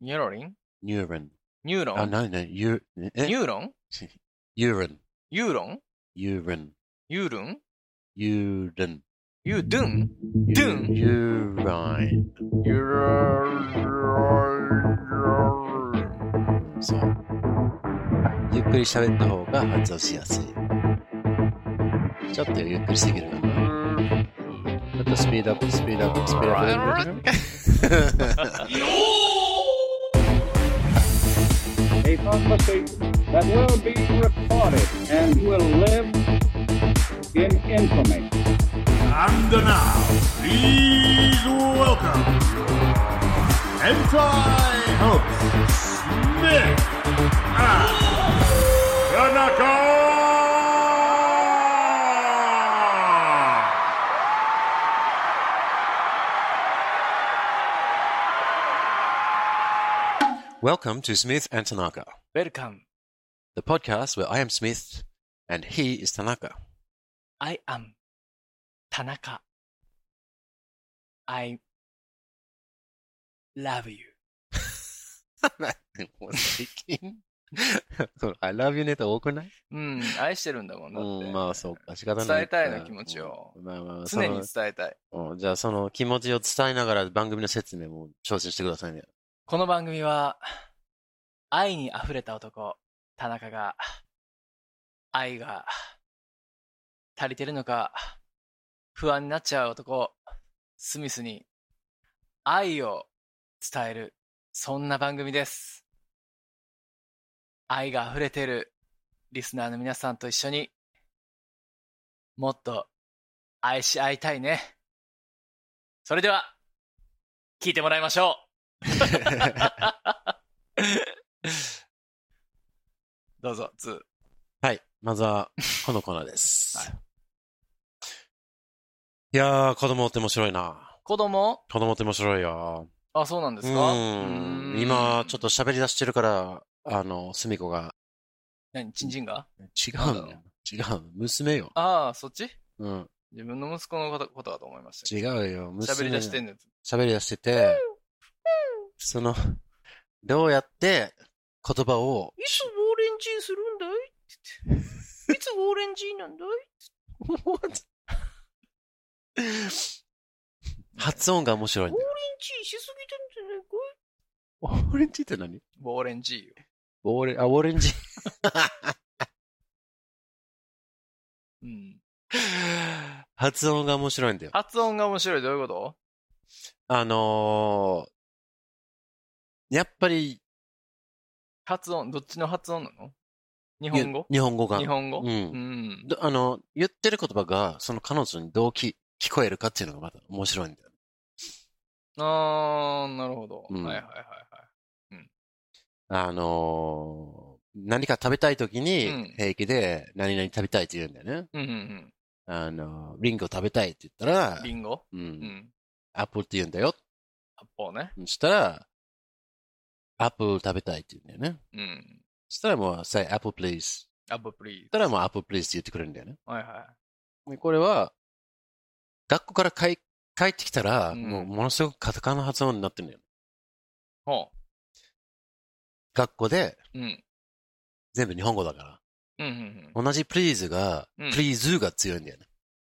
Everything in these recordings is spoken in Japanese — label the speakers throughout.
Speaker 1: ニューロリン
Speaker 2: urine.
Speaker 1: ニューロ
Speaker 2: Oh,
Speaker 1: ン
Speaker 2: no, no, u-
Speaker 1: ニ
Speaker 2: eh,
Speaker 1: ューロン
Speaker 2: urine,
Speaker 1: ユーロン
Speaker 2: urine,
Speaker 1: ユールン
Speaker 2: urine,
Speaker 1: ユードゥン Dun.
Speaker 2: urine.
Speaker 1: ユーロン
Speaker 2: そう。ゆっくり喋った方が発音しやすい。ちょっとゆっくりすぎるかな。ちょっとスピードアップ、スピードアップ、スピードアップ。
Speaker 3: a conversation that will be recorded and will live in infamy.
Speaker 4: And now, please welcome Hentai Host Smith and Tanaka!
Speaker 2: Welcome to Smith and Tanaka,
Speaker 1: ウェルカム
Speaker 2: the podcast where I am Smith and he is Tanaka.
Speaker 1: I am 田中 I love you
Speaker 2: I love you ネタ多くない
Speaker 1: うん愛してるんだもんだって、
Speaker 2: うん、まあそうか、仕方ない。
Speaker 1: 伝えたいの気持ちを
Speaker 2: うんまあまあまあ、
Speaker 1: 常に
Speaker 2: そ
Speaker 1: 伝えたい
Speaker 2: のうんじゃあその気持ちを伝えながら番組の説明も挑戦してくださいね。
Speaker 1: この番組は、愛に溢れた男、田中が、愛が足りてるのか、不安になっちゃう男、スミスに、愛を伝える、そんな番組です。愛が溢れてるリスナーの皆さんと一緒に、もっと愛し合いたいね。それでは、聞いてもらいましょう どうぞ、ツー。
Speaker 2: はい。まずは、このコーナーです。
Speaker 1: はい
Speaker 2: い、やー、子供って面白いな。
Speaker 1: 子供
Speaker 2: 子供って面白いよ。
Speaker 1: あ、そうなんです
Speaker 2: う
Speaker 1: か
Speaker 2: ーん。今、ちょっ
Speaker 1: と。
Speaker 2: と喋り出してるから、あの、すみこが、
Speaker 1: 何、チンチンが
Speaker 2: 違
Speaker 1: なん
Speaker 2: う
Speaker 1: だろ
Speaker 2: の違うの娘よ。
Speaker 1: ああ、そっち
Speaker 2: うん。
Speaker 1: 自分の息子のことことだと思いましたけ
Speaker 2: 違うよ。
Speaker 1: ど。喋り出してんの。
Speaker 2: 喋り出してて、その、どうやって言葉
Speaker 1: オ
Speaker 2: を、
Speaker 1: レンジするんだいいつオレンジなんだい
Speaker 2: 発音が面白いんだよ。
Speaker 1: しすぎてんじゃないかい
Speaker 2: オレンジって何
Speaker 1: オレンジよ。
Speaker 2: オレ、あ、オレンジ。
Speaker 1: うん。
Speaker 2: 発音が面白いんだよ。
Speaker 1: 発音が面白い。どういうこと
Speaker 2: あのー、やっぱり、
Speaker 1: 発音、どっちの発音なの日本語
Speaker 2: ゆ日本語が。
Speaker 1: 日本語
Speaker 2: うん
Speaker 1: うん。
Speaker 2: どあの、言ってる言葉が、その彼女にどうき聞こえるかっていうのがまた面白いんだよ。
Speaker 1: あー、なるほど。
Speaker 2: う
Speaker 1: はい
Speaker 2: ん
Speaker 1: はいはいはい。
Speaker 2: あのー何か食べたい時
Speaker 1: う
Speaker 2: に
Speaker 1: ん、
Speaker 2: 平気で、何々食べたいって言うんだよね。
Speaker 1: うんうん
Speaker 2: あのーリンゴ食べたいって言ったら
Speaker 1: うん。、リンゴ
Speaker 2: う、
Speaker 1: うんん。
Speaker 2: アップルって言うんだよ。
Speaker 1: 八方ね。
Speaker 2: そしたら、アップル食べたいって言うんだよね。
Speaker 1: うん。
Speaker 2: そしたらもう、say apple please。
Speaker 1: アッププリー
Speaker 2: そしたらもう apple please って言ってくれるんだよね。
Speaker 1: ズ。はいは
Speaker 2: でこれは、学校から帰帰ってきたら、
Speaker 1: うん
Speaker 2: もうものすごくカタカナ発音になってるんだよ。
Speaker 1: い。ほ
Speaker 2: 学校で
Speaker 1: う。うん。
Speaker 2: 全部日本語だから。
Speaker 1: うんうん
Speaker 2: 同じ please が、
Speaker 1: うん
Speaker 2: please が強いんだよね。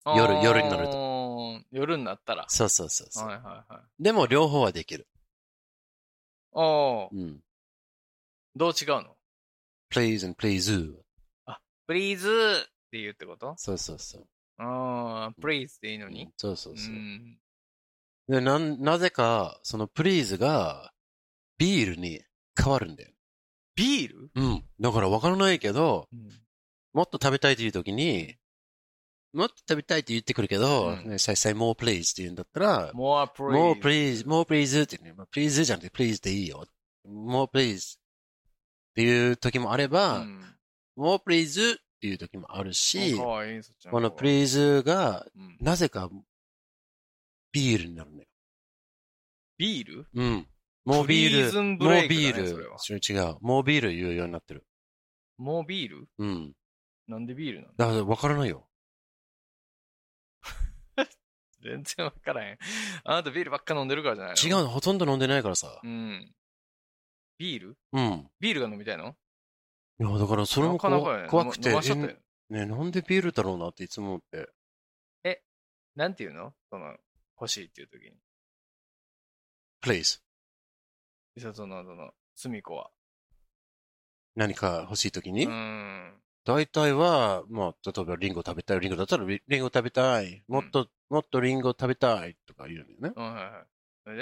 Speaker 1: うん。
Speaker 2: 夜夜になると
Speaker 1: と。夜になったら。
Speaker 2: そうそうそうそう、
Speaker 1: はいはいはい。
Speaker 2: でも両方はできる。
Speaker 1: おー、
Speaker 2: うん。
Speaker 1: どう違うの
Speaker 2: please and please.
Speaker 1: プリーズーって言うってこと
Speaker 2: そうそうそう。
Speaker 1: あー、プリーズっていいの
Speaker 2: う
Speaker 1: に
Speaker 2: んそうそううそう。
Speaker 1: ん。
Speaker 2: でなんなぜか、その please が、ビールに変わるんだよ。
Speaker 1: ビール
Speaker 2: うん。だからわからないけど、
Speaker 1: うん
Speaker 2: もっと食べたいという時に、もっと食べたいって言ってくるけど、
Speaker 1: うん
Speaker 2: ね再生 more please って言うんだったら、
Speaker 1: more please.
Speaker 2: more please, more please ってね、まあ please じゃなくて please でいいよ。more please っていう時もあれば、
Speaker 1: うん。
Speaker 2: more please っていう時もあるし、
Speaker 1: か
Speaker 2: こ
Speaker 1: わいい、そっち
Speaker 2: の
Speaker 1: ー
Speaker 2: please が、
Speaker 1: ズ。うん
Speaker 2: なぜか、ビールになるのよ。
Speaker 1: ビール
Speaker 2: うん。もうビー
Speaker 1: Please
Speaker 2: ル、
Speaker 1: and
Speaker 2: もう
Speaker 1: break
Speaker 2: ビ
Speaker 1: だねそれは
Speaker 2: ール、違う、もうビール言うようになってる。
Speaker 1: もうビール
Speaker 2: うん。
Speaker 1: なんでビールなの
Speaker 2: だから分からないよ。
Speaker 1: 全然わからへん。あなたビールばっか飲んでるからじゃない
Speaker 2: 違うの、ほとんど飲んでないからさ。
Speaker 1: のうん。ビール
Speaker 2: うん。
Speaker 1: ビールが飲みたいの
Speaker 2: いや、だからそれも
Speaker 1: なかなかやね
Speaker 2: 怖怖くて、
Speaker 1: 飲ましちゃったよ
Speaker 2: え。ね、なんでビールだろうなっていつも思って。
Speaker 1: なんて言うのその、欲しいっていう時に。
Speaker 2: please
Speaker 1: 伊佐の、その、すみこは。
Speaker 2: 何か欲しい時
Speaker 1: う
Speaker 2: に、
Speaker 1: ーん。
Speaker 2: 大体は、まあ、例えばリンゴ食べたい、リンゴだったらリリンゴ食べたい、もっと、もっとリンゴ食べたいとか言うんだよね。
Speaker 1: うん、はいはい。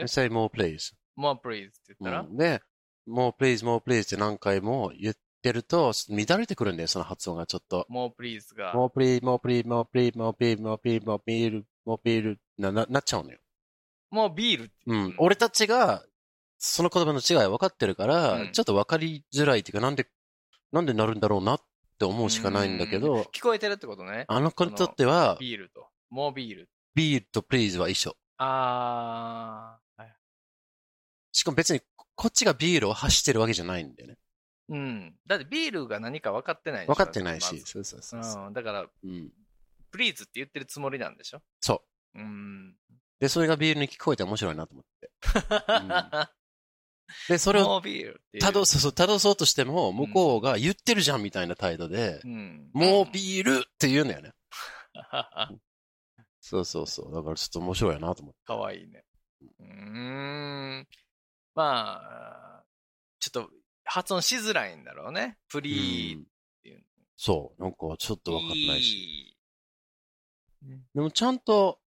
Speaker 1: それで
Speaker 2: say more please.
Speaker 1: まあ、プリーズって言ったら、
Speaker 2: うんで、more please, more please って何回も言ってると、乱れてくるんだよ、その発音がちょっと。
Speaker 1: もうプリーズが、
Speaker 2: more please, more please, more please, more please, more please, more please, more please な、な、なっちゃうのよ。
Speaker 1: もうビールって
Speaker 2: う
Speaker 1: 言
Speaker 2: ん。俺たちが、その言葉の違い分かってるから、
Speaker 1: うん
Speaker 2: ちょっと分かりづらいっていうか、なんで、なんでなるんだろうなって思うしかないんだけ
Speaker 1: う
Speaker 2: ど、
Speaker 1: 聞こえてるってことね。
Speaker 2: あの子にとっては、
Speaker 1: ビールと。もうビール。
Speaker 2: ビールとプリーズは一緒。
Speaker 1: あー。はい
Speaker 2: しかも別に、こっちがビールを発してるわけじゃないんだよね。
Speaker 1: うん。だってビールが何か分かってないでしょ
Speaker 2: 分かってないし。
Speaker 1: まず
Speaker 2: そうそうそうそう。
Speaker 1: うん。だから、
Speaker 2: うん。
Speaker 1: プリーズって言ってるつもりなんでしょ。
Speaker 2: そう
Speaker 1: うん。
Speaker 2: で、それがビールに聞こえて面白いなと思って。で、それを
Speaker 1: もうビールっていう。
Speaker 2: たど、そうそう、たどそうとしても、向こうが言ってるじゃんみたいな態度で、
Speaker 1: うん。
Speaker 2: もうビールって言うんだ よね。
Speaker 1: か
Speaker 2: そうそうそう。だからちょっと面白いなと思って。
Speaker 1: わいいね。うーん。まあ、ちょっと発音しづらいんだろうね。プリー
Speaker 2: うん
Speaker 1: ていう
Speaker 2: そう。なんかちょっと分かってないし。
Speaker 1: し。
Speaker 2: でもちゃんと、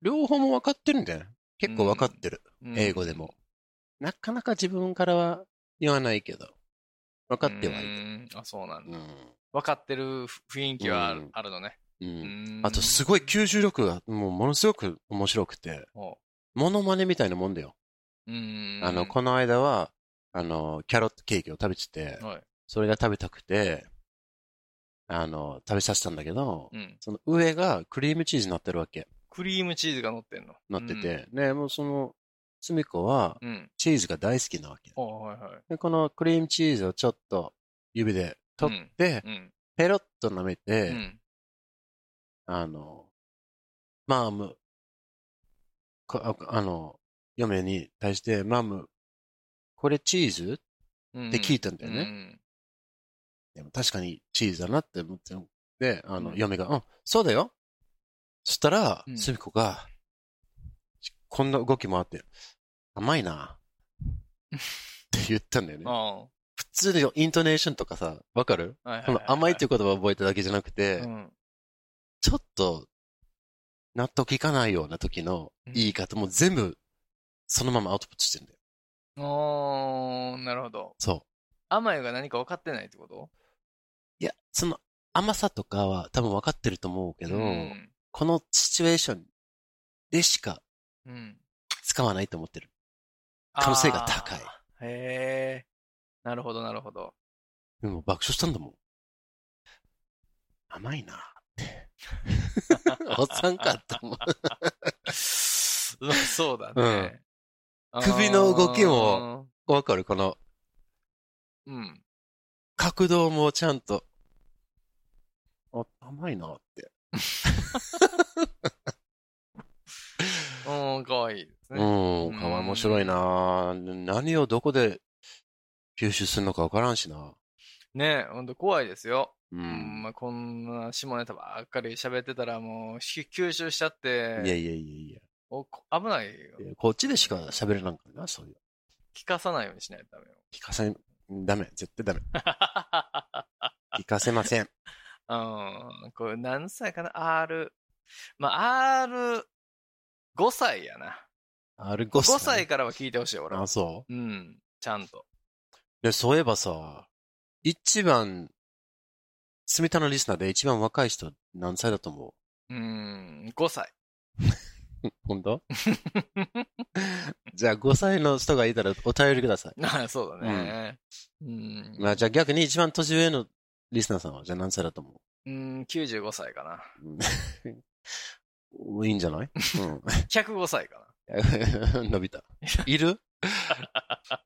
Speaker 2: 両方も分かってるんだよね。結構分かってる。
Speaker 1: うん
Speaker 2: 英語でも。。なかなか自分からは言わないけど。分かってはいうる。
Speaker 1: んあ、そうなん
Speaker 2: う
Speaker 1: だ。
Speaker 2: ん。
Speaker 1: 分かってる雰囲気はあ
Speaker 2: うん
Speaker 1: るあるのね。
Speaker 2: う。
Speaker 1: うんん
Speaker 2: あと、すごい吸収力が、もう、ものすごく面白くて、
Speaker 1: ほ
Speaker 2: モノマネみたいなもんだよ。
Speaker 1: ううん。
Speaker 2: あの、この間は、あの、キャロットケーキを食べてて、
Speaker 1: はい。
Speaker 2: それが食べたくて、あの、食べさせたんだけど、
Speaker 1: うん。
Speaker 2: その上がクリームチーズになってるわけ。
Speaker 1: クリームチーズが乗ってんの。
Speaker 2: なってて、ね、もうその、すみこは
Speaker 1: うん。うん。
Speaker 2: チーズが大好きなわけ。
Speaker 1: おはいはい。
Speaker 2: で、このクリームチーズをちょっと指で取って、
Speaker 1: うん。
Speaker 2: ペロッと舐め
Speaker 1: う
Speaker 2: て、
Speaker 1: ん。
Speaker 2: あの、マーム、こああの、嫁に対して、マーム、これチーズ
Speaker 1: うん
Speaker 2: って聞いたんだよね
Speaker 1: うん
Speaker 2: でも確かにチーズだなって思って、で、あの、
Speaker 1: うん
Speaker 2: 嫁が、うん、そうだよ。そしたら
Speaker 1: う、ん
Speaker 2: すみこが、こんな動きもあって、甘いな。って言ったんだよね。
Speaker 1: あ
Speaker 2: 普通のイントネーションとかさ、わかる
Speaker 1: あ。はいはい
Speaker 2: こ
Speaker 1: は
Speaker 2: の
Speaker 1: い。
Speaker 2: 甘いっていうう言葉を覚えただけじゃなくて、
Speaker 1: ん。
Speaker 2: ちょっと、納得いかないような時の言い方も全部、そのままアウトプットしてんだよ。
Speaker 1: おー、なるほど。
Speaker 2: そう。
Speaker 1: 甘いが何か分かってないってこと
Speaker 2: いや、その甘さとかは多分分かってると思うけど、
Speaker 1: うん。
Speaker 2: このシチュエーションでしか
Speaker 1: うん
Speaker 2: 使わないと思ってる。可能性が高い。
Speaker 1: あーへえ。なるほど、なるほど。
Speaker 2: でも爆笑したんだもん。甘いな って。おっさんかと思う。
Speaker 1: そうそうだね。
Speaker 2: 首の動きも。わかるこの
Speaker 1: うん。
Speaker 2: 角度もちゃんと。あ、甘いなって。
Speaker 1: うん、かわいいです
Speaker 2: う
Speaker 1: ね。
Speaker 2: ん、かわい面白いな何をどこで吸収するのかわからんしな。
Speaker 1: ねえ、ほんと怖いですよ。
Speaker 2: う
Speaker 1: うんん、。まあ、こんな下ネタばっかり喋ってたらもうひ吸収しちゃっ
Speaker 2: い
Speaker 1: て、
Speaker 2: やいやいやいや。
Speaker 1: おこ危ないよ。
Speaker 2: でこっちでしか喋れなんからな、そういう。
Speaker 1: 聞かさないようにしないとダメよ。
Speaker 2: 聞かせ、ダメ、絶対ダメ。聞かせません。
Speaker 1: うん、これ何歳かな ?R。まあ、R、5歳やな。
Speaker 2: R5 歳。
Speaker 1: 5歳からは聞いてほしい、俺は
Speaker 2: あ、。そ
Speaker 1: うん、ちゃんと。
Speaker 2: う。で、そういえばさ、一番、住田のリスナーで一番若い人何歳だと思
Speaker 1: うん、5歳。
Speaker 2: う本当 じゃあ5歳の人がいたらお便りください。
Speaker 1: あそうだね。うん、
Speaker 2: まあじゃあ逆に一番年上のリスナーさんはじゃあ何歳だと思
Speaker 1: うん、95歳かな。
Speaker 2: ういいんじゃないうん
Speaker 1: 105歳かな。。
Speaker 2: 伸びた。いる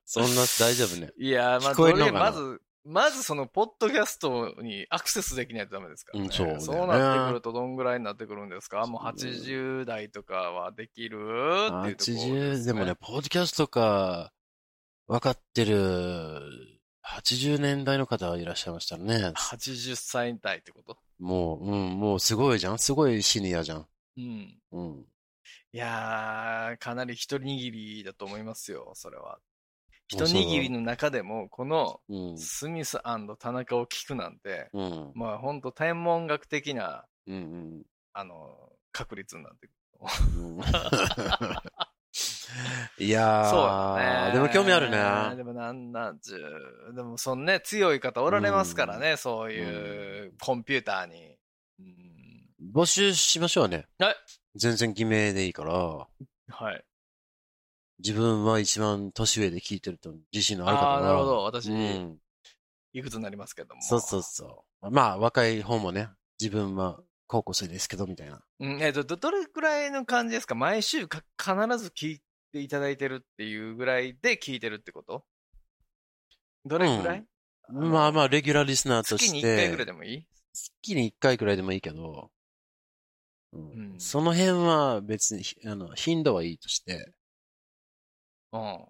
Speaker 2: そんな大丈夫ね。
Speaker 1: いやー、まあ、
Speaker 2: 聞こえ
Speaker 1: と
Speaker 2: る
Speaker 1: りあ
Speaker 2: の
Speaker 1: え
Speaker 2: か
Speaker 1: ず
Speaker 2: な
Speaker 1: まず、まずその、ポッドキャストにアクセスできないとダメですからね。
Speaker 2: うんそうだよね
Speaker 1: なってくると、どんぐらいになってくるんですかもう80代とかはできるっていうところ
Speaker 2: 80でもね、ポッドキャストか、わかってる80年代の方いらっしゃいましたね。
Speaker 1: 80歳代ってこと
Speaker 2: もう、うん、もうすごいじゃん。すごいシニアじゃん。
Speaker 1: うん。
Speaker 2: うん。
Speaker 1: いやー、かなり一握りだと思いますよ、それは。
Speaker 2: も
Speaker 1: 一
Speaker 2: うそうだ
Speaker 1: 握りの中でも、この
Speaker 2: うん。
Speaker 1: スミス田中を聞くなんて、
Speaker 2: うん。
Speaker 1: まあほんと天文学的な、
Speaker 2: うん。うん。
Speaker 1: あの、確率になってくる。
Speaker 2: うんいやー、
Speaker 1: そうだね。
Speaker 2: でも興味ある
Speaker 1: で
Speaker 2: ね。
Speaker 1: もなんなん十でもそんね、強い方おられますからね、そういううコンピューターに。うん、
Speaker 2: 募集しましょうね。
Speaker 1: はい
Speaker 2: 全然偽名でいいから、
Speaker 1: はい。
Speaker 2: 自分は一番年上で聞いてると自信のある方
Speaker 1: あ
Speaker 2: が
Speaker 1: あー、なるほど。私、
Speaker 2: うん。
Speaker 1: いくつになりますけども。
Speaker 2: そうそうそう。まあ、若い方もね、自分は高校生ですけど、みたいな。
Speaker 1: うん、えっと、ど、どれくらいの感じですか毎週か必ず聞いていただいてるっていうぐらいで聞いてるってことどれくらい、
Speaker 2: まあまあ、レギュラーリスナーとして。
Speaker 1: 月に1回ぐらいでもいい
Speaker 2: 月に1回くらいでもいいけど、うん
Speaker 1: うん
Speaker 2: その辺は別に、あの、頻度はいいとして、
Speaker 1: うん。
Speaker 2: あ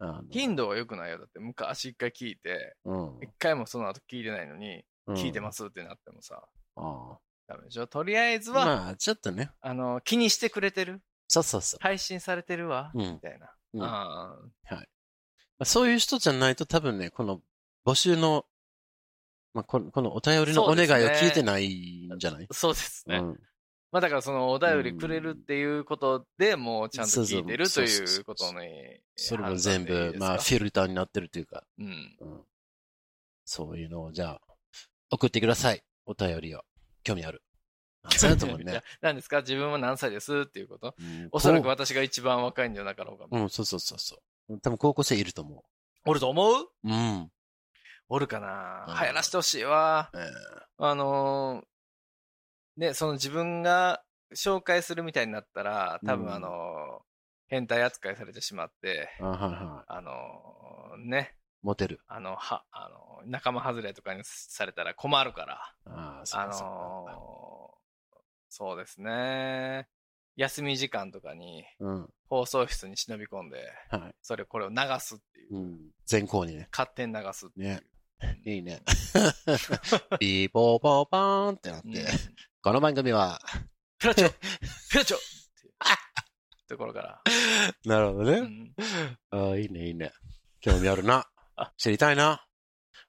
Speaker 2: の
Speaker 1: 頻度は良くないよ。だって昔1回聞いて、
Speaker 2: うん
Speaker 1: 1回もその後聞いてないのに、
Speaker 2: うん
Speaker 1: 聞いてますってなってもさ、
Speaker 2: ああ
Speaker 1: ダメでしょとりあえずは、
Speaker 2: まあ、ちょっとね。
Speaker 1: あの、気にしてくれてる
Speaker 2: そうそうそう。
Speaker 1: 配信されてるわ、
Speaker 2: うん
Speaker 1: みたいな。
Speaker 2: うん
Speaker 1: あー
Speaker 2: まあそういう人じゃないと多分ね、この募集の、まあ、このこのお便りのお願いを聞いてないんじゃない
Speaker 1: そうですね。
Speaker 2: うん
Speaker 1: まあだからそのお便りくれるっていうことでもうちゃんと聞いてると
Speaker 2: そうそう
Speaker 1: いうことに。
Speaker 2: それも全部、まあ、フ
Speaker 1: ィ
Speaker 2: ィルターになってるというか、
Speaker 1: うん。
Speaker 2: うんそういうのを、じゃあ、送ってください。お便りを。興味ある。あそうだと思う
Speaker 1: じゃあ
Speaker 2: ね。。
Speaker 1: 何ですか自分は何歳ですっていうこと
Speaker 2: うん
Speaker 1: おそらく私が一番若いんじゃなかろうか。
Speaker 2: うん、そうそうそうそう。多分高校生いると思
Speaker 1: おると思う
Speaker 2: う。うん。
Speaker 1: おるかな、
Speaker 2: うん
Speaker 1: 流行らしてほしいわ。
Speaker 2: えー
Speaker 1: あのーね、その自分が紹介するみたいになったら、多
Speaker 2: う
Speaker 1: 分
Speaker 2: ん
Speaker 1: あのー変態扱いされてしまって、
Speaker 2: あはいは
Speaker 1: あのーね、
Speaker 2: い。モテる。
Speaker 1: あの、は、あのー仲間外れとかにされたら困るから。
Speaker 2: ああ、そう
Speaker 1: あ
Speaker 2: か
Speaker 1: の
Speaker 2: そう
Speaker 1: ー
Speaker 2: か
Speaker 1: そうですね。休み時間とかに
Speaker 2: うん。
Speaker 1: 放送室に忍び込んで、
Speaker 2: はい。
Speaker 1: それこれを流すっていう。
Speaker 2: うん。全校にね。
Speaker 1: 勝手に流すっていう。
Speaker 2: ね
Speaker 1: うん
Speaker 2: いいね。 ビーポーポーパーンってなっ
Speaker 1: う
Speaker 2: て
Speaker 1: ん。
Speaker 2: この番組は。
Speaker 1: フラチョフラチョっていうところ から。
Speaker 2: なるほど
Speaker 1: う
Speaker 2: ね。
Speaker 1: ん
Speaker 2: ああ、いいね、いいね。興味ある な。知りたいな。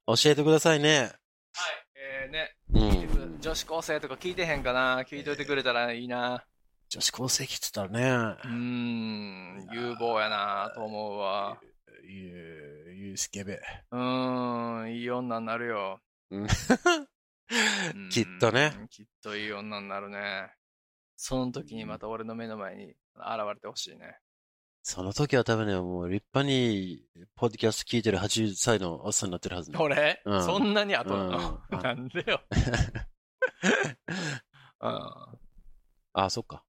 Speaker 2: 教えてくださいね。
Speaker 1: えーね、
Speaker 2: う
Speaker 1: いつ
Speaker 2: ん。
Speaker 1: 女子高生とか聞いてへんかな聞いといてくれたらいいな。
Speaker 2: 女子高生聞いてたら
Speaker 1: うー
Speaker 2: ね。
Speaker 1: ん、有望やなと思うわ。
Speaker 2: ゆう、ゆうすけべ。
Speaker 1: うーん、いい女になるよ。
Speaker 2: きっとね。
Speaker 1: うん。きっといい女になるね。その時にまた俺の目の前に現れてほしいね。
Speaker 2: その時は多分ね、もう立派に、ポッドキャスト聞いてる80歳のおっさんになってるはずね。
Speaker 1: 俺、
Speaker 2: うん
Speaker 1: そんなに後なの、
Speaker 2: う ん
Speaker 1: なんで よ。う
Speaker 2: あ、そっか。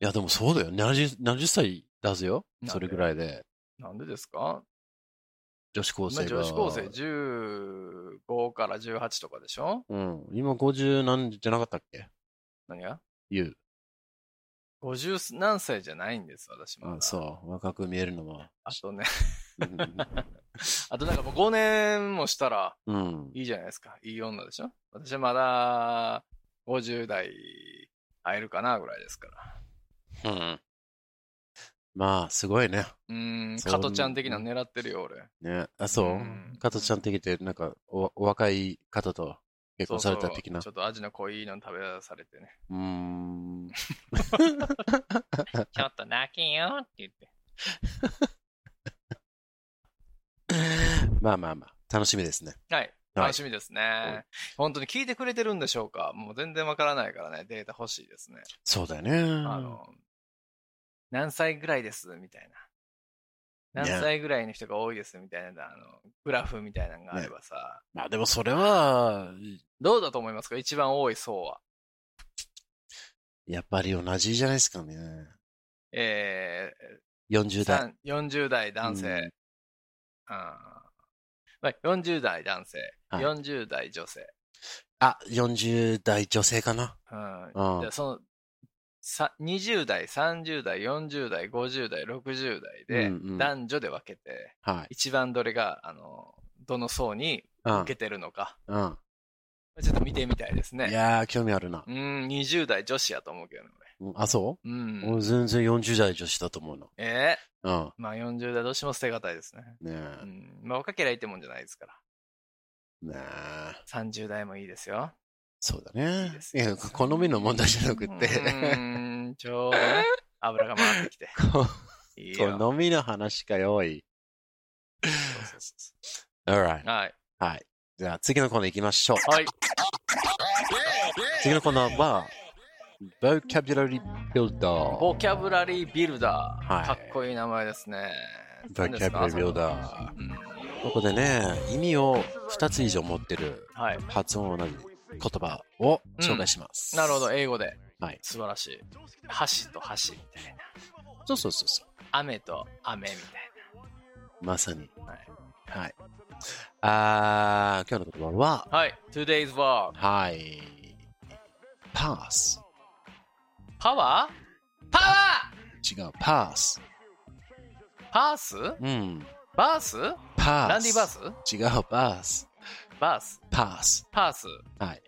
Speaker 2: いや、でもそうだよ。70、70歳だぜよ
Speaker 1: なん。で
Speaker 2: それぐらいで。
Speaker 1: ん、なんでですか
Speaker 2: 女子高
Speaker 1: 今
Speaker 2: 生が。
Speaker 1: 女子高生15から18とかでしょ
Speaker 2: うん。今50なんじゃなかったっけ
Speaker 1: 何が
Speaker 2: ゆう。
Speaker 1: 50何歳じゃないんです、私も、
Speaker 2: あ、そう。若く見えるのは。
Speaker 1: あとね、
Speaker 2: うん
Speaker 1: あとなんかもう5年もしたら
Speaker 2: うん。
Speaker 1: いいじゃないですか。いい女でしょ私はまだ50代会えるかなぐらいですから。
Speaker 2: うん。まあ、すごいね。
Speaker 1: うーん、
Speaker 2: そう
Speaker 1: 加トちゃん的なの狙ってるよ、俺。
Speaker 2: ね。あ、そううん加藤ちゃん的って、なんか、お、お若い方と結婚された的な。
Speaker 1: そうそうちょっと味の濃いの食べされてね。
Speaker 2: うーん。
Speaker 1: ちょっと泣けよって言って。
Speaker 2: まあまあまあ。楽しみですね。
Speaker 1: はい。
Speaker 2: はい
Speaker 1: 楽しみですね、本当に聞いてくれてるんでしょうかもう全然わからないからね、データ欲しいですね。
Speaker 2: そうだよね。
Speaker 1: あの、何歳ぐらいですみたいな。
Speaker 2: ね
Speaker 1: 何歳ぐらいの人が多いですみたいな、あの、グラフみたいなのがあればさ、
Speaker 2: まあでもそれは、
Speaker 1: どうだと思いますか一番多い層は。
Speaker 2: やっぱり同じじゃないですかね。
Speaker 1: えー、
Speaker 2: 40代。
Speaker 1: さん40代男性。
Speaker 2: うん
Speaker 1: あーまあ、40代男性、
Speaker 2: はい
Speaker 1: 40代女性。
Speaker 2: あ、40代女性かな。
Speaker 1: うん
Speaker 2: うん
Speaker 1: でそのさ20代、30代、40代、50代、60代で、
Speaker 2: うんうん
Speaker 1: 男女で分けて、
Speaker 2: はい。
Speaker 1: 一番どれが、あの、どの層に
Speaker 2: うん
Speaker 1: 受けてるのか、
Speaker 2: うん。
Speaker 1: ちょっと見てみたいです
Speaker 2: い
Speaker 1: ね。
Speaker 2: やー、興味あるな
Speaker 1: う。ん、20代女子やと思うけどね、
Speaker 2: うんあ、そ
Speaker 1: 俺。う。
Speaker 2: うん俺全然40代女子だと思うな。
Speaker 1: ええ
Speaker 2: うん。
Speaker 1: まあ40代どうしても捨てがたいですね。
Speaker 2: ね
Speaker 1: う
Speaker 2: え。
Speaker 1: ん。まあ若けりゃいいってもんじゃないですから。
Speaker 2: ねえ。
Speaker 1: 30代もいいですよ。
Speaker 2: そうだね。
Speaker 1: いいです
Speaker 2: いや、 好みの問題じゃなくって、
Speaker 1: う ーん、ちょうどね、油が回ってきて。いいよ。
Speaker 2: 好みの話かよい。
Speaker 1: そうそうそうそ
Speaker 2: alright.
Speaker 1: うはい。
Speaker 2: はい。じゃあ次のコーナー行きましょう。
Speaker 1: はい。
Speaker 2: 次のコーナーは、vocabulary builder。
Speaker 1: ボキャブラリービルダー。
Speaker 2: はい
Speaker 1: かっこいい名前ですね。
Speaker 2: vocabulary
Speaker 1: 何ですか
Speaker 2: builder
Speaker 1: うん
Speaker 2: ここでね、意味を2つ以上持ってる
Speaker 1: はい。
Speaker 2: 発音同じ言葉を紹介します。
Speaker 1: なるほど、。英語で。
Speaker 2: はい。
Speaker 1: 素晴らしい。箸と箸みたいな。
Speaker 2: そうそうそうそ。
Speaker 1: 雨と雨みたいう
Speaker 2: まさに。
Speaker 1: はい。
Speaker 2: はい。あー、今日の言葉は、
Speaker 1: な。はい。Today's Verb。
Speaker 2: はい。pass。
Speaker 1: パワーパワ
Speaker 2: 違う、pass。
Speaker 1: ーパース
Speaker 2: うん。
Speaker 1: バース
Speaker 2: パース。
Speaker 1: ランディバース
Speaker 2: 違う、バース。
Speaker 1: バース
Speaker 2: パース。
Speaker 1: パース
Speaker 2: はい。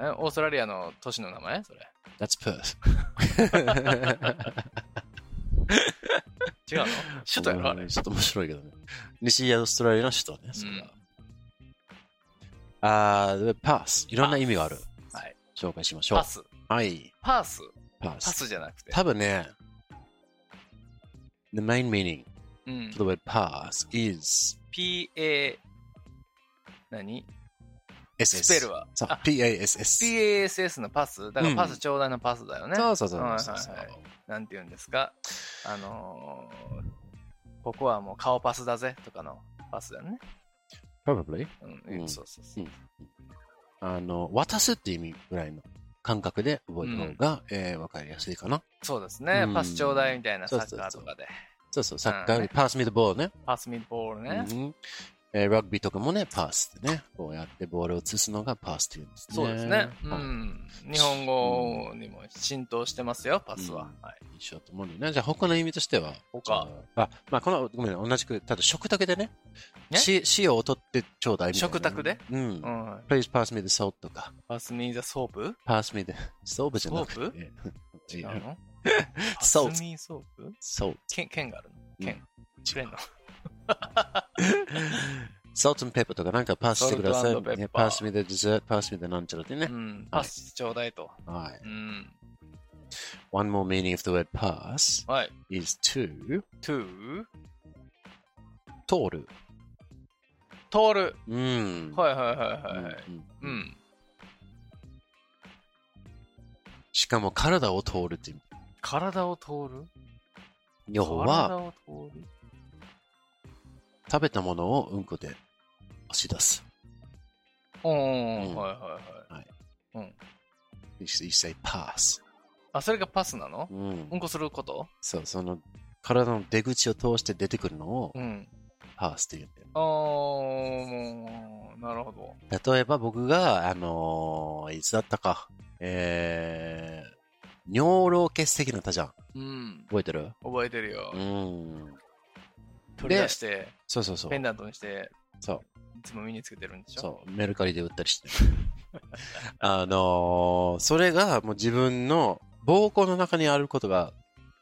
Speaker 1: えオーストラリアの都市の名前それ
Speaker 2: That's Perth.
Speaker 1: 違うの首都やろあれ
Speaker 2: ちょっと面白いけどね。西オーストラリアの首都ね、それは。あー、でパース。いろんな意味がある。
Speaker 1: はい。
Speaker 2: 紹介しましょう
Speaker 1: パ。ス
Speaker 2: はい。
Speaker 1: パース
Speaker 2: パー
Speaker 1: パ
Speaker 2: ス。
Speaker 1: スじゃなくて
Speaker 2: 多分ね、the main meaning
Speaker 1: うん
Speaker 2: for the word pass is
Speaker 1: PA 何
Speaker 2: SS.
Speaker 1: スペルは
Speaker 2: そう
Speaker 1: あ
Speaker 2: PASS。
Speaker 1: PASS のパスだからパスちょうだいのパスだよね
Speaker 2: そうそうそう
Speaker 1: はい
Speaker 2: そう
Speaker 1: はいはいなんて言うんですかあのーここはもう顔パスだぜとかのパスだよね
Speaker 2: Probably.
Speaker 1: うん
Speaker 2: うん
Speaker 1: そうそうそう
Speaker 2: うんあの、渡すって意味ぐらいの感覚で覚えた方が、えーわかりやすいかな。
Speaker 1: そうですね
Speaker 2: うん
Speaker 1: パスちょうだいみたいなサ
Speaker 2: そう
Speaker 1: ッ
Speaker 2: そうそ
Speaker 1: カーと
Speaker 2: う
Speaker 1: かで
Speaker 2: そうそう、サッカー
Speaker 1: うん
Speaker 2: でパスミー b ボールね。
Speaker 1: パスミッドボールね
Speaker 2: うんえーラグビーとかもね、パスってね、こうやってボールを移すのがパスっていうんですね。
Speaker 1: そうですね。う
Speaker 2: はい
Speaker 1: ん。日本語にも浸透してますよ、パスは。はい。
Speaker 2: 一緒だと思うね。じゃあ他の意味としては
Speaker 1: 他
Speaker 2: あ、まあこの、ごめん、同じく、ただ食卓でね、
Speaker 1: ね
Speaker 2: し塩を取ってちょうだいみたいな。
Speaker 1: 食卓で
Speaker 2: うん。
Speaker 1: うん。
Speaker 2: Please pass me the salt とか、
Speaker 1: パスミーザソープ
Speaker 2: pass me the ストーブじゃなくて、
Speaker 1: ストー違うのパス
Speaker 2: Salt
Speaker 1: ミーソープ
Speaker 2: そう。
Speaker 1: 剣、剣があるの剣。くれんの
Speaker 2: salt and pepper とかなんかパスしてくださ
Speaker 1: Salt and
Speaker 2: い。
Speaker 1: pepper
Speaker 2: ね、pass me the dessert, pass me the なんちゃらって
Speaker 1: う
Speaker 2: ね。
Speaker 1: ん。パスちょうだいと。
Speaker 2: はい。
Speaker 1: うん。
Speaker 2: One more meaning of the word pass
Speaker 1: はい。
Speaker 2: is to
Speaker 1: to
Speaker 2: 通る。
Speaker 1: 通る。
Speaker 2: うん。
Speaker 1: はいはいはいはい。
Speaker 2: うんうん
Speaker 1: うん。
Speaker 2: しかも体を通るっていう。
Speaker 1: 体を通る
Speaker 2: 要
Speaker 1: 体
Speaker 2: は
Speaker 1: を通る
Speaker 2: 食べたものをうんこで押し出す。
Speaker 1: うん。
Speaker 2: うん
Speaker 1: はいはいはい。
Speaker 2: You say- you say pass.
Speaker 1: あ、それがパスなの
Speaker 2: うん
Speaker 1: うんこすること
Speaker 2: そう、その体の出口を通して出てくるのを
Speaker 1: うん。
Speaker 2: パスって言うんだよ。
Speaker 1: あー、もうなるほど。
Speaker 2: 例えば僕が、あのーいつだったか、えー、尿路結石の歌じゃん。
Speaker 1: うん。
Speaker 2: 覚えてる
Speaker 1: 覚えてるよ。
Speaker 2: うん。
Speaker 1: 取り出して、
Speaker 2: そうそうそう
Speaker 1: ペ。ンダントにして、
Speaker 2: そう。
Speaker 1: いつも身につけてるんでしょ
Speaker 2: そう、メルカリで売ったりして。 あのーそれがもう自分の膀胱の中にあることが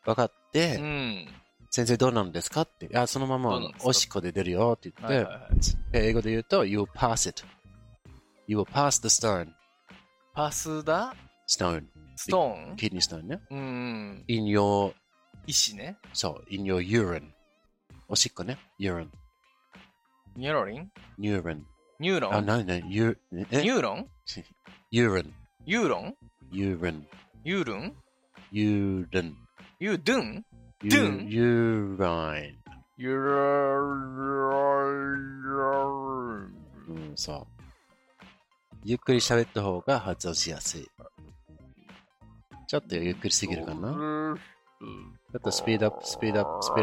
Speaker 2: 分かって、
Speaker 1: ん。
Speaker 2: 先生どうなんですかって、あ、そのま
Speaker 1: ど
Speaker 2: ま
Speaker 1: うなんですか
Speaker 2: おしっこで出るよって言っ
Speaker 1: は
Speaker 2: て、
Speaker 1: いはいはい。
Speaker 2: で英語で言うと、you will pass it.you will pass the stone,
Speaker 1: パスダ
Speaker 2: stone,
Speaker 1: ストーン
Speaker 2: kidney stone ね。
Speaker 1: うん。
Speaker 2: in your,
Speaker 1: 石ね。
Speaker 2: そう、in your urine. おしっこね。urine,
Speaker 1: ニューロリン
Speaker 2: urine.
Speaker 1: ニューロ
Speaker 2: あ、
Speaker 1: ン
Speaker 2: なになに、u- え
Speaker 1: ニューロン
Speaker 2: urine,
Speaker 1: ユーロン
Speaker 2: urine,
Speaker 1: ユールン
Speaker 2: urine.
Speaker 1: ユードゥン Dune.
Speaker 2: U- urine.
Speaker 1: ユーロン
Speaker 2: うん、そう。ゆっくり喋った方が発音しやすい。ちょっとゆっくりすぎるかなちょっとスピードアップ、スピードアップ、スピ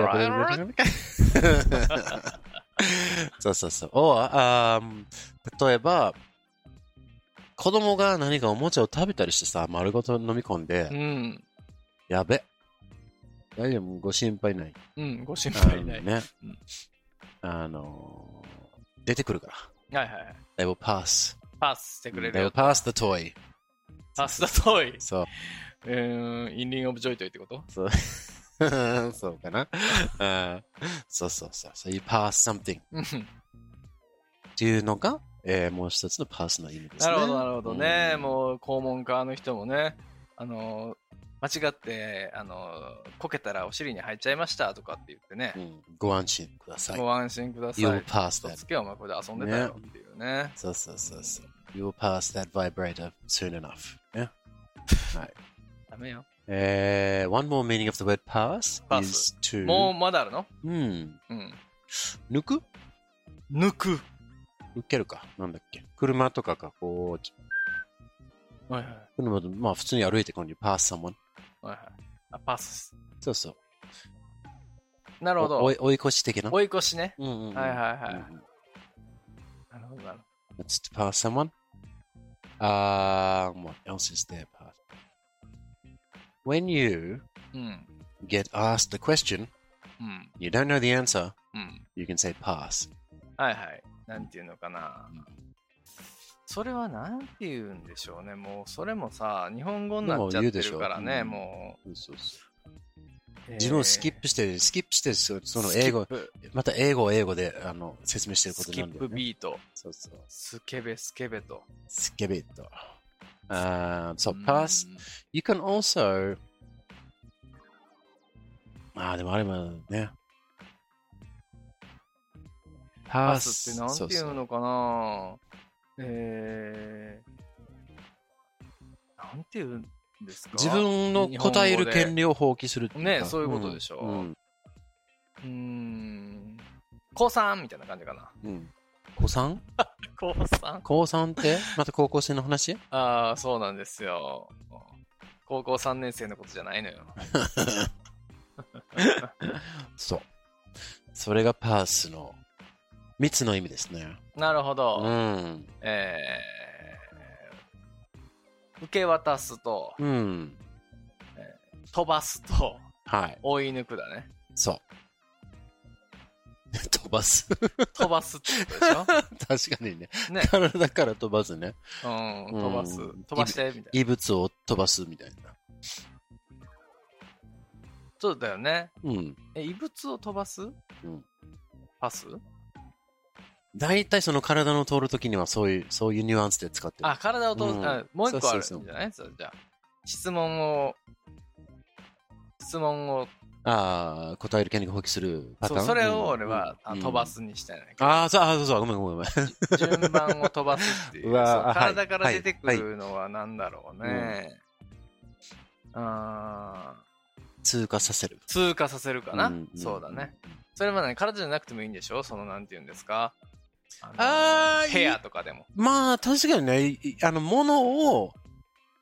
Speaker 2: ードアップ。そうそうそう。おあー例えば、子供が何かおもちゃを食べたりしてさ、丸ごと飲み込んで、
Speaker 1: うん。
Speaker 2: やべ。大丈夫ご心配ない。
Speaker 1: うん、ご心
Speaker 2: あの
Speaker 1: 配ない。
Speaker 2: ね
Speaker 1: うん。
Speaker 2: あのー、出てくるから。
Speaker 1: はいはいはい。
Speaker 2: They will pass.
Speaker 1: パスしてくれ
Speaker 2: They
Speaker 1: る
Speaker 2: will
Speaker 1: よ。
Speaker 2: pass the toy.
Speaker 1: パスだとい。
Speaker 2: そう。
Speaker 1: うーん、インリングオブジョイトいってこと
Speaker 2: そう そうかな。うんそうそうそう。So you pass something. っ
Speaker 1: うん
Speaker 2: ていうのが、えーもう一つのパスの意味です
Speaker 1: な
Speaker 2: ね。
Speaker 1: るほど、なるほどね。
Speaker 2: ん
Speaker 1: もう、肛門科の人もね、あの、間違って、あの、こけたらお尻に入っちゃいましたとかって言ってね
Speaker 2: う、ん。ご安心ください。
Speaker 1: ご安心くださ
Speaker 2: You will
Speaker 1: い。
Speaker 2: pass
Speaker 1: 嘘
Speaker 2: that.
Speaker 1: つけよ、お前これで遊んでたよっていうね。
Speaker 2: そうそうそうそう。You will pass that vibrator soon enough. ね。はい。
Speaker 1: ダメよ。
Speaker 2: えー、one more meaning of the word pass,
Speaker 1: Pass.
Speaker 2: is to
Speaker 1: もう、まだあるの
Speaker 2: うん、
Speaker 1: うん。
Speaker 2: 抜く
Speaker 1: 抜く。
Speaker 2: 受けるか。なんだっけ。車とかがこう、
Speaker 1: はいはい。
Speaker 2: 車でまあ普通に歩いてこんに pass someone。
Speaker 1: はいはい。あ、パス。
Speaker 2: そうそう。
Speaker 1: なるほ
Speaker 2: お
Speaker 1: ど
Speaker 2: 追い。追い越し的な。
Speaker 1: 追い越しね。
Speaker 2: うんうんうん
Speaker 1: はいはいはい
Speaker 2: うんうん。
Speaker 1: なるほど、なるほ
Speaker 2: That's to pass someone. Um, what else is there? Pass. When you
Speaker 1: ど。うん。
Speaker 2: get asked a question,
Speaker 1: うん。
Speaker 2: you don't know the answer,
Speaker 1: うん。
Speaker 2: you can say pass.
Speaker 1: はいはい。なんていうのかな。それはなんて言うんでしょうね。もう、それもさ、日本語になっちゃってるから
Speaker 2: で
Speaker 1: ね、
Speaker 2: も
Speaker 1: もう。
Speaker 2: 自分をスキップして、スキップして、そその英語、
Speaker 1: スキップ
Speaker 2: また英語を英語であの説明してるこ
Speaker 1: ス
Speaker 2: と
Speaker 1: キ
Speaker 2: なんだ
Speaker 1: ッ
Speaker 2: よ
Speaker 1: プ
Speaker 2: ね。
Speaker 1: ビート、
Speaker 2: そうそう。
Speaker 1: スケベスケベと。
Speaker 2: スケベット。あーそう、pass
Speaker 1: う。ん
Speaker 2: You can also ああ、でもあれもね。
Speaker 1: パ
Speaker 2: pass
Speaker 1: スってなんて言うのかなえー、なんて言うんですか
Speaker 2: 自分の答える権利を放棄するっていうか
Speaker 1: ねそういうことでしょ
Speaker 2: うんうん
Speaker 1: うーん。高3みたいな感じかな。
Speaker 2: うん高三
Speaker 1: 高 3?
Speaker 2: 高三ってまた高校生の話
Speaker 1: ああ、そうなんですよ。高校3年生のことじゃないのよ。
Speaker 2: そう。それがパースの3つの意味ですね。
Speaker 1: なるほど。
Speaker 2: うん。
Speaker 1: えー、受け渡すと、
Speaker 2: うん。
Speaker 1: 飛ばすと、
Speaker 2: はい。
Speaker 1: 追い抜くだね。
Speaker 2: そう。 飛ばす。
Speaker 1: 飛ばすってこと
Speaker 2: 確かに
Speaker 1: で
Speaker 2: ね。
Speaker 1: しょね。
Speaker 2: 体から飛ばすね。
Speaker 1: うん、飛ばす
Speaker 2: うん。
Speaker 1: 飛ばして、みたいな。
Speaker 2: 異物を飛ばすみたいな。
Speaker 1: そうだよね。
Speaker 2: うん。
Speaker 1: え、異物を飛ばす
Speaker 2: ん
Speaker 1: パス
Speaker 2: 大体その体の通るときにはそういう、そういうニュアンスで使ってる
Speaker 1: あ、。体を通
Speaker 2: う
Speaker 1: る。
Speaker 2: ん
Speaker 1: あもう一個あるんじ
Speaker 2: そうそうそう
Speaker 1: ゃないそれじゃあ質問を、質問を、
Speaker 2: ああ、答える権利が放棄するパ
Speaker 1: そ
Speaker 2: ター
Speaker 1: う
Speaker 2: ン。
Speaker 1: それを俺は
Speaker 2: うん
Speaker 1: あ飛ば。すにしたいんだけ
Speaker 2: うんああ、そう、あーそうそう、ごめんごめんご めん。
Speaker 1: ど、順番を飛ばすっていう。
Speaker 2: うわー
Speaker 1: そう
Speaker 2: あはい
Speaker 1: 体から出てくるのは何だろうね。あー
Speaker 2: 通過させる。
Speaker 1: 通過させるかな、
Speaker 2: ん
Speaker 1: そうだね。。それはね、体じゃなくてもいいんでしょその、なんて言うんですか
Speaker 2: あー
Speaker 1: 部屋とかでも。
Speaker 2: まあ、確かにね、いいあの、物を、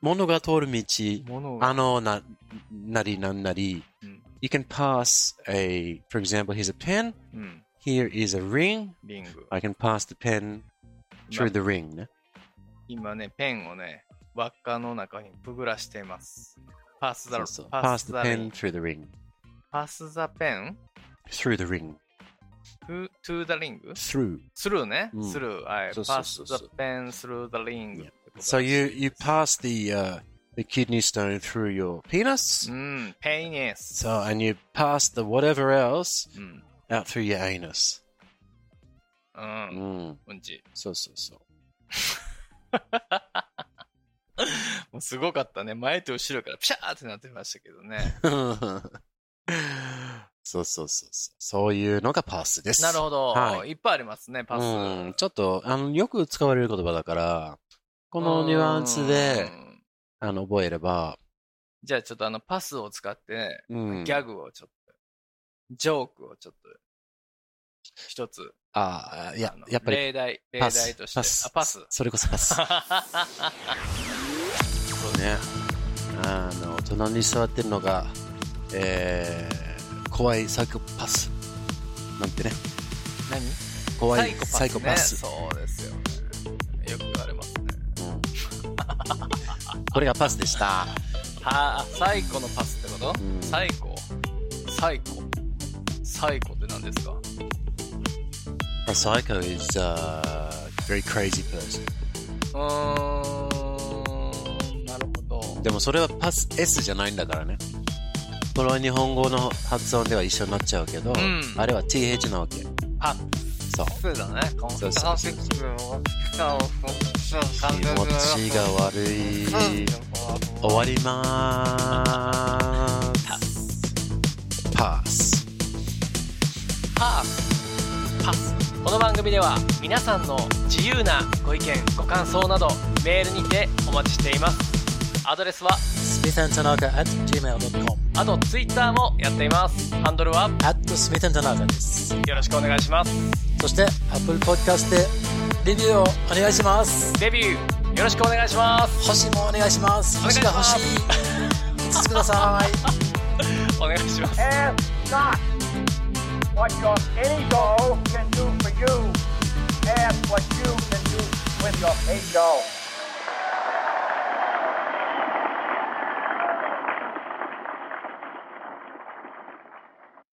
Speaker 2: 物が通る道、
Speaker 1: 物を
Speaker 2: あの、な、なりなんなり、
Speaker 1: うん
Speaker 2: you can pass a, for example, here's a pen,
Speaker 1: うん、
Speaker 2: here is a ring,
Speaker 1: リング。
Speaker 2: I can pass the pen
Speaker 1: 今
Speaker 2: through the ring ね。
Speaker 1: 今ね、ペンをね、輪っかの中にくぐらしています。パスザ
Speaker 2: そうそう。pass the pen through the ring,
Speaker 1: パスザペン
Speaker 2: through the ring,
Speaker 1: to, to the ring?
Speaker 2: through.
Speaker 1: スルーね。
Speaker 2: うん
Speaker 1: スルー。はい。
Speaker 2: そうそう
Speaker 1: パ
Speaker 2: そ
Speaker 1: ス
Speaker 2: うそう
Speaker 1: ザペン through the ring.
Speaker 2: Yeah. So you, you pass the, uh, the kidney stone through your penis,
Speaker 1: うん、ペニス。
Speaker 2: so, and you pass the whatever else
Speaker 1: うん。
Speaker 2: out through your anus.
Speaker 1: う。
Speaker 2: うんん。
Speaker 1: うんち。
Speaker 2: そうそう そう。
Speaker 1: もうすごかったね。前と後ろからピシャーってなってましたけどね。
Speaker 2: そうそうそうそう。そういうのがパスです。
Speaker 1: なるほど。、
Speaker 2: はい
Speaker 1: っぱいありますね、パス。
Speaker 2: うん、ちょっと、あの、よく使われる言葉だから、このニュアンスで
Speaker 1: う、ん。
Speaker 2: あの、覚えれば、
Speaker 1: じゃあちょっとあの、パスを使ってね、
Speaker 2: うん。
Speaker 1: ギャグをちょっと、ジョークをちょっと、一つ。
Speaker 2: ああ、いや
Speaker 1: あの、
Speaker 2: やっぱり、
Speaker 1: 例題、例
Speaker 2: パ
Speaker 1: 題
Speaker 2: ス。
Speaker 1: として。
Speaker 2: パス
Speaker 1: あ、パス。
Speaker 2: それこそパス。 そうね。あの、隣に座ってるのが、えー、怖いサイコパス。なんてね。
Speaker 1: 何
Speaker 2: 怖い
Speaker 1: サ
Speaker 2: サ
Speaker 1: イ
Speaker 2: イ
Speaker 1: コ
Speaker 2: コ
Speaker 1: パ
Speaker 2: パ
Speaker 1: ス、ね。
Speaker 2: ス。
Speaker 1: そうですよ、ね。よく言われますね。
Speaker 2: うんこれがパスでした。
Speaker 1: はあ、サイコのパスってことこと
Speaker 2: うん
Speaker 1: サイコサイコサイコって何ですか
Speaker 2: A psycho is a very crazy person.
Speaker 1: うーんなるほど
Speaker 2: でもそれはパス S じゃないんだからね。これは日本語の発音では一緒になっちゃうけど、
Speaker 1: ん
Speaker 2: あれは TH なわけ。
Speaker 1: あ
Speaker 2: そう。
Speaker 1: そうだねコン
Speaker 2: そうそうそう気持ちが悪い。終わりまーす。パス。
Speaker 1: パスパスこの番組では皆さんの自由なご意見ご感想などメールにてお待ちしていますアドレスは
Speaker 2: smithandtanaka at gmail.com
Speaker 1: あとツイッターもやっていますハンドルは
Speaker 2: at smithandtanaka です。
Speaker 1: よろしくお願いします
Speaker 2: そして Apple Podcast でレビューをお願いします。
Speaker 1: デビューよろしくお願いします
Speaker 2: 星もお願いします。
Speaker 1: お願い
Speaker 2: 星
Speaker 1: し
Speaker 2: が
Speaker 1: ま
Speaker 2: 欲
Speaker 1: す
Speaker 2: しい。5つください。
Speaker 1: お願いします
Speaker 5: Ask not what your ego can do for you. Ask what you can do with your ego.